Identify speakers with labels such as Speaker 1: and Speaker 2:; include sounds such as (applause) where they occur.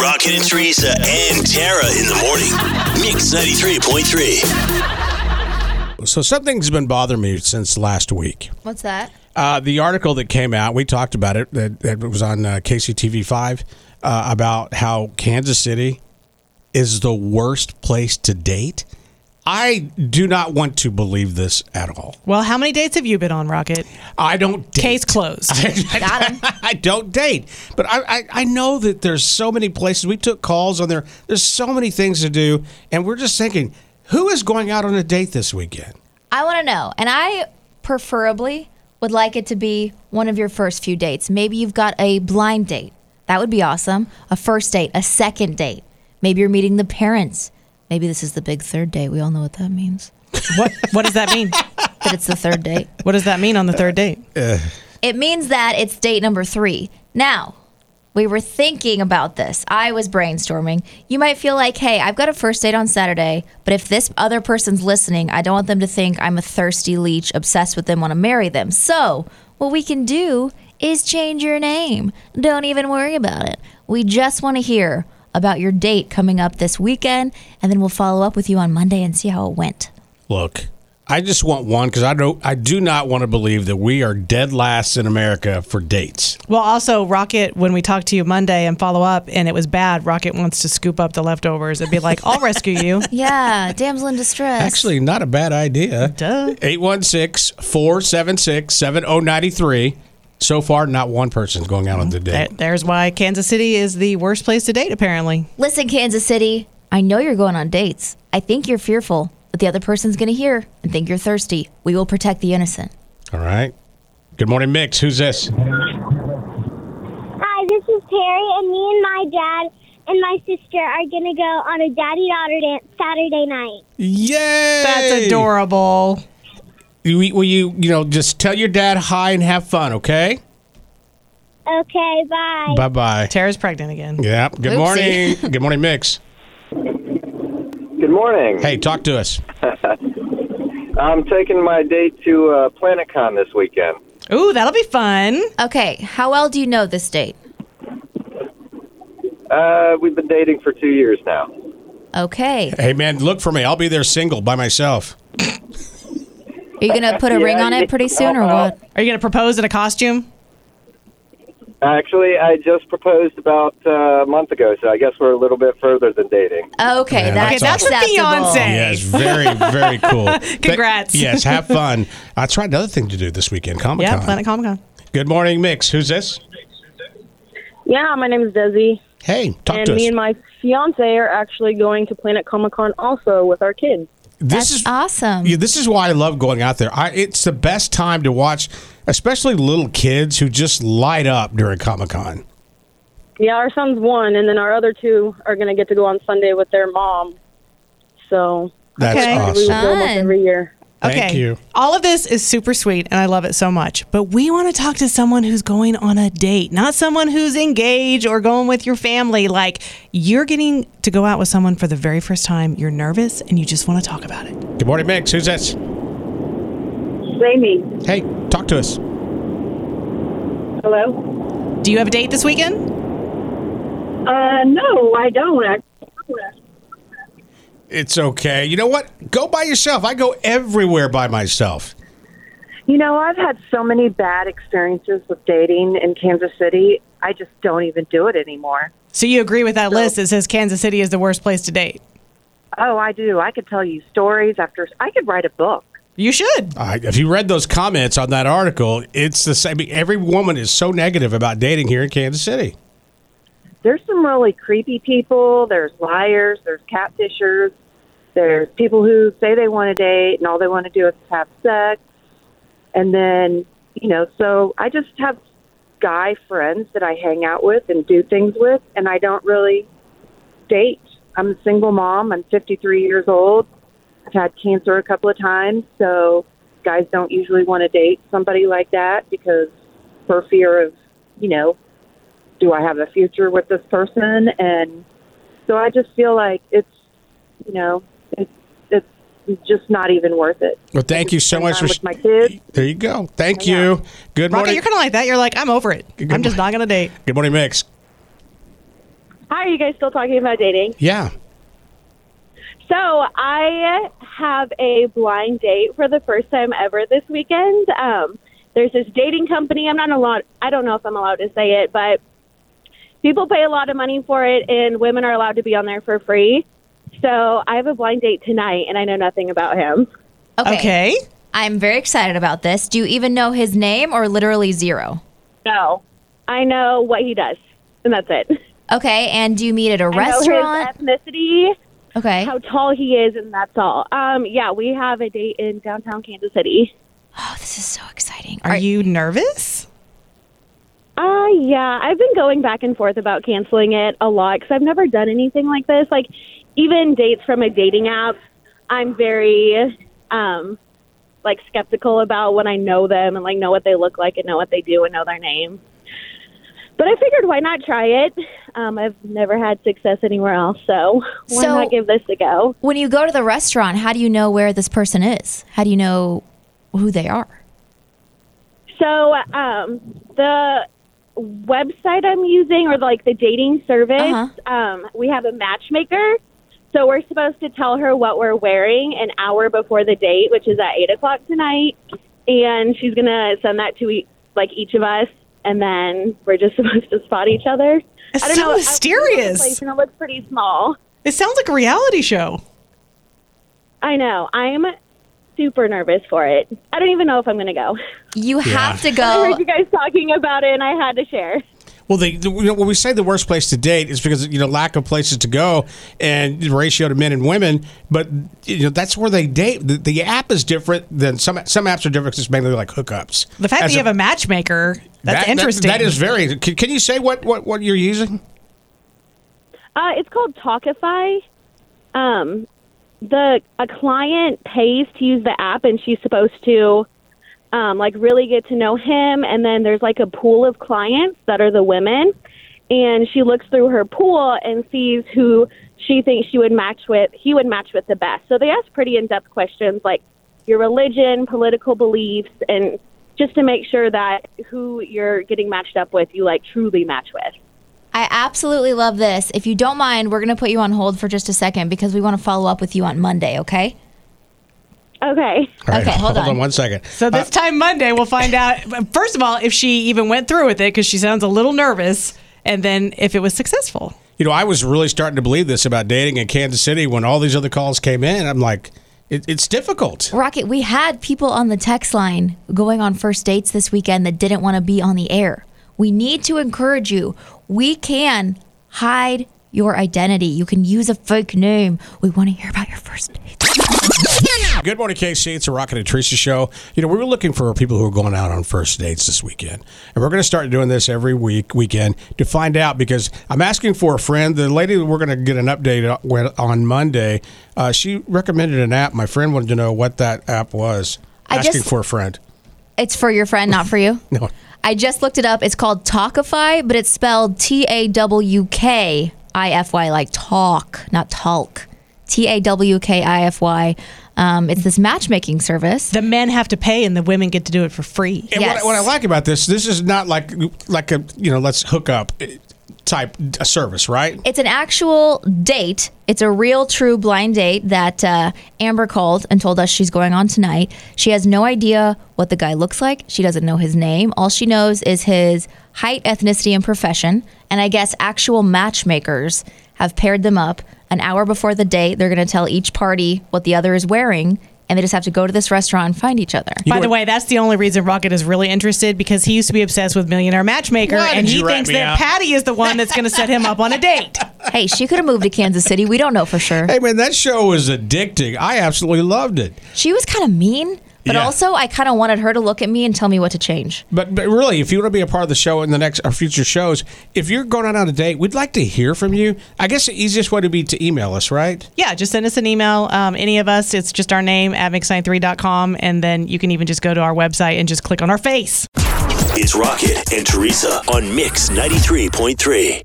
Speaker 1: Rocket and Teresa and Tara in the morning. Mix 93.3.
Speaker 2: So something's been bothering me since last week.
Speaker 3: What's that?
Speaker 2: Uh, the article that came out, we talked about it, that, that was on uh, KCTV 5 uh, about how Kansas City is the worst place to date. I do not want to believe this at all.
Speaker 4: Well, how many dates have you been on, Rocket?
Speaker 2: I don't date.
Speaker 4: Case
Speaker 3: (laughs)
Speaker 4: closed.
Speaker 3: Got him.
Speaker 2: (laughs) I don't date, but I, I I know that there's so many places we took calls on there. There's so many things to do, and we're just thinking, who is going out on a date this weekend?
Speaker 3: I want to know. And I preferably would like it to be one of your first few dates. Maybe you've got a blind date. That would be awesome. A first date, a second date. Maybe you're meeting the parents. Maybe this is the big third date. We all know what that means.
Speaker 4: what What does that mean?
Speaker 3: That it's the third (laughs) date.
Speaker 4: What does that mean on the third date?
Speaker 3: It means that it's date number three. Now, we were thinking about this. I was brainstorming. You might feel like, hey, I've got a first date on Saturday, but if this other person's listening, I don't want them to think I'm a thirsty leech obsessed with them, want to marry them. So, what we can do is change your name. Don't even worry about it. We just want to hear about your date coming up this weekend, and then we'll follow up with you on Monday and see how it went.
Speaker 2: Look, I just want one because I don't. I do not want to believe that we are dead last in America for dates.
Speaker 4: Well, also, Rocket, when we talk to you Monday and follow up and it was bad, Rocket wants to scoop up the leftovers and be like, I'll rescue you.
Speaker 3: Yeah, (laughs) damsel in distress.
Speaker 2: Actually, not a bad idea.
Speaker 4: Duh.
Speaker 2: 816-476-7093. So far, not one person's going out on the date.
Speaker 4: There- There's why Kansas City is the worst place to date, apparently.
Speaker 3: Listen, Kansas City, I know you're going on dates. I think you're fearful that the other person's going to hear and think you're thirsty. We will protect the innocent.
Speaker 2: All right. Good morning, Mix. Who's this?
Speaker 5: Hi, this is Perry, and me and my dad and my sister are going to go on a daddy daughter dance Saturday night.
Speaker 2: Yay!
Speaker 4: That's adorable.
Speaker 2: You, will you, you know, just tell your dad hi and have fun, okay?
Speaker 5: Okay, bye.
Speaker 2: Bye bye.
Speaker 4: Tara's pregnant again.
Speaker 2: Yep. Good
Speaker 3: Oopsie.
Speaker 2: morning. Good morning, Mix.
Speaker 6: Good morning.
Speaker 2: Hey, talk to us.
Speaker 6: I'm taking my date to uh, PlanetCon this weekend.
Speaker 4: Ooh, that'll be fun.
Speaker 3: Okay, how well do you know this date?
Speaker 6: Uh, we've been dating for two years now.
Speaker 3: Okay.
Speaker 2: Hey, man, look for me. I'll be there single by myself.
Speaker 3: Are you going to
Speaker 7: (laughs)
Speaker 3: put a
Speaker 6: Yeah,
Speaker 3: ring on
Speaker 6: you-
Speaker 3: it pretty soon or
Speaker 6: no, no.
Speaker 3: what?
Speaker 4: Are you going to propose in a costume?
Speaker 6: Actually, I just proposed about uh, a month ago, so I guess we're a little bit further than dating.
Speaker 3: Okay,
Speaker 2: Man,
Speaker 3: that's,
Speaker 2: that's
Speaker 4: awesome.
Speaker 3: acceptable.
Speaker 4: That's Beyonce.
Speaker 2: Yes, very, very
Speaker 4: (laughs)
Speaker 2: cool. But-
Speaker 4: Congrats.
Speaker 2: yes, have fun. I tried another thing to do this weekend Comic Con.
Speaker 4: Yeah, Planet Comic Con.
Speaker 2: Good morning, Mix. Who's this?
Speaker 7: Yeah, my name is Desi,
Speaker 2: Hey, talk
Speaker 7: and
Speaker 2: to us.
Speaker 7: me and my fiance are actually going to Planet Comic Con also with our kids.
Speaker 2: this
Speaker 3: That's
Speaker 2: is
Speaker 3: awesome.
Speaker 2: Yeah, this is why I love going out there. I, it's the best time to watch, especially little kids who just light up during Comic Con.
Speaker 7: Yeah, our son's one, and then our other two are going to get to go on Sunday with their mom. So
Speaker 2: That's
Speaker 4: Okay.
Speaker 7: we
Speaker 2: awesome.
Speaker 7: go almost
Speaker 3: Fun.
Speaker 7: every year.
Speaker 2: Thank
Speaker 4: okay.
Speaker 2: you.
Speaker 4: All of this is super sweet and I love it so much. But we want to talk to someone who's going on a date, not someone who's engaged or going with your family. Like you're getting to go out with someone for the very first time. You're nervous and you just want to talk about it.
Speaker 2: Good morning, Mix. Who's this?
Speaker 7: Jamie,
Speaker 2: Hey, talk to us.
Speaker 7: hello.
Speaker 4: Do you have a date this weekend?
Speaker 7: Uh, no, I don't. actually.
Speaker 2: It's okay. You know what? Go by yourself. I go everywhere by myself.
Speaker 8: You know, I've had so many bad experiences with dating in Kansas City. I just don't even do it anymore.
Speaker 4: So you agree with that list that says Kansas City is the worst place to date?
Speaker 8: Oh, I do. I could tell you stories after. I could write a book.
Speaker 4: You should.
Speaker 2: I if you read those comments on that article, it's the same. Every woman is so negative about dating here in Kansas City.
Speaker 8: There's some really creepy people. There's liars. There's catfishers. There's people who say they want to date and all they want to do is have sex. And then, you know, so I just have guy friends that I hang out with and do things with, and I don't really date. I'm a single mom. I'm 53 years old. I've had cancer a couple of times, so guys don't usually want to date somebody like that because for fear of, you know, do I have a future with this person? And so I just feel like it's, you know, it's it's just not even worth it.
Speaker 2: Well, thank you so
Speaker 8: Spend
Speaker 2: much
Speaker 8: time
Speaker 2: for.
Speaker 8: with my kids.
Speaker 2: there you go. Thank you. Good
Speaker 4: Rocket,
Speaker 2: morning.
Speaker 4: you're kind of like that. You're like, I'm over it. I'm just not going to date.
Speaker 2: Good morning, Mix.
Speaker 7: Hi, are you guys still talking about dating?
Speaker 2: Yeah.
Speaker 7: So I have a blind date for the first time ever this weekend. Um, there's this dating company. I'm not allowed. I don't know if I'm allowed to say it, but people pay a lot of money for it, and women are allowed to be on there for free. So I have a blind date tonight, and I know nothing about him.
Speaker 3: Okay.
Speaker 4: Okay.
Speaker 3: I'm very excited about this. Do you even know his name or literally zero?
Speaker 7: No, I know what he does, and that's it.
Speaker 3: Okay. And do you meet at a
Speaker 7: I
Speaker 3: restaurant?
Speaker 7: know his ethnicity,
Speaker 3: Okay.
Speaker 7: how tall he is, and that's all. Um, yeah, we have a date in downtown Kansas City.
Speaker 3: Oh, this is so exciting.
Speaker 4: Are you nervous?
Speaker 7: Uh, yeah, I've been going back and forth about canceling it a lot because I've never done anything like this. Like, even dates from a dating app, I'm very, um, like skeptical about when I know them and like know what they look like and know what they do and know their name. But I figured, why not try it? Um, I've never had success anywhere else, so why
Speaker 3: So-
Speaker 7: not give this a go?
Speaker 3: When you go to the restaurant, how do you know where this person is? How do you know who they are?
Speaker 7: So um, the website I'm using, or like the dating service,
Speaker 3: Uh-huh.
Speaker 7: um, we have a matchmaker. So we're supposed to tell her what we're wearing an hour before the date, which is at eight o'clock tonight, and she's gonna send that to e- like each of us, and then we're just (laughs) supposed to spot each other.
Speaker 4: It's
Speaker 7: I don't
Speaker 4: so
Speaker 7: know. I-
Speaker 4: mysterious.
Speaker 7: It's gonna look pretty small.
Speaker 4: It sounds like a reality show.
Speaker 7: I know. I'm super nervous for it. I don't even know if I'm gonna go. (laughs)
Speaker 3: You have to
Speaker 7: I
Speaker 3: go.
Speaker 7: (laughs) heard you guys talking about it, and I had to share.
Speaker 2: Well, the, the, you know, when we say the worst place to date, it's because you know lack of places to go and the ratio to men and women. But you know that's where they date. The, the app is different than some some apps are different. 'cause It's mainly like hookups.
Speaker 4: The fact
Speaker 2: As
Speaker 4: that you have a matchmaker, that's
Speaker 2: that- that-
Speaker 4: interesting.
Speaker 2: that is very. Can, can you say what, what what you're using?
Speaker 7: Uh, it's called Talkify. Um, the a client pays to use the app, and she's supposed to um, like really get to know him. And then there's like a pool of clients that are the women, and she looks through her pool and sees who she thinks she would match with. He would match with the best. So they ask pretty in depth questions like your religion, political beliefs, and just to make sure that who you're getting matched up with, you like truly match with.
Speaker 3: I absolutely love this. If you don't mind, we're going to put you on hold for just a second because we want to follow up with you on Monday, okay?
Speaker 7: Okay.
Speaker 2: All right,
Speaker 3: Okay, hold
Speaker 2: on
Speaker 3: on.
Speaker 2: one second.
Speaker 4: so this time Monday, we'll find out. First of all, if she even went through with it, because she sounds a little nervous, and then if it was successful.
Speaker 2: You know, I was really starting to believe this about dating in Kansas City when all these other calls came in. I'm like, it, it's difficult.
Speaker 3: Rocket, we had people on the text line going on first dates this weekend that didn't want to be on the air. We need to encourage you. We can hide your identity. You can use a fake name. We want to hear about your first date.
Speaker 2: Good morning, KC. It's a Rocket and Teresa show. You know, we were looking for people who are going out on first dates this weekend, and we're going to start doing this every week weekend to find out because I'm asking for a friend. The lady that we're going to get an update on- when- on Monday, uh, she recommended an app. My friend wanted to know what that app was.
Speaker 3: I
Speaker 2: asking
Speaker 3: just-
Speaker 2: for a friend. (laughs)
Speaker 3: It's for your friend, not for you.
Speaker 2: No,
Speaker 3: I just looked it up. It's called Talkify, but it's spelled T A W K I F Y, like talk, not talk. T A W K I F Y. Um, it's this matchmaking service.
Speaker 4: The men have to pay, and the women get to do it for free.
Speaker 2: And
Speaker 3: Yes.
Speaker 2: what, what I like about this, this is not like like a you know let's hook up eh, type a service, right?
Speaker 3: It's an actual date. It's a real, true blind date that uh, Amber called and told us she's going on tonight. She has no idea what the guy looks like. She doesn't know his name. All she knows is his height, ethnicity, and profession. And I guess actual matchmakers have paired them up an hour before the date. They're going to tell each party what the other is wearing, and they just have to go to this restaurant and find
Speaker 2: (laughs)
Speaker 3: each other.
Speaker 4: By the way, that's the only reason Rocket is really interested because he used to be obsessed with Millionaire Matchmaker,
Speaker 2: Why
Speaker 4: and
Speaker 2: did
Speaker 4: he
Speaker 2: you rat
Speaker 4: thinks
Speaker 2: me
Speaker 4: that
Speaker 2: out?
Speaker 4: Patty is the one that's going to set him up on
Speaker 2: (laughs)
Speaker 4: a date.
Speaker 3: hey, she could have moved to Kansas City. We don't know for sure.
Speaker 2: Hey man, that show was addicting. I absolutely loved it.
Speaker 3: She was kind of mean, but
Speaker 2: Yeah.
Speaker 3: also I kind of wanted her to look at me and tell me what to change.
Speaker 2: But, but really, if you want to be a part of the show in the next or future shows, if you're going out on a date, we'd like to hear from you. I guess the easiest way would be to email us, right?
Speaker 4: Yeah, just send us an email, um, any of us. It's just our name at mix93.com, and then you can even just go to our website and just click on our face.
Speaker 1: It's Rocket and Teresa on Mix 93.3.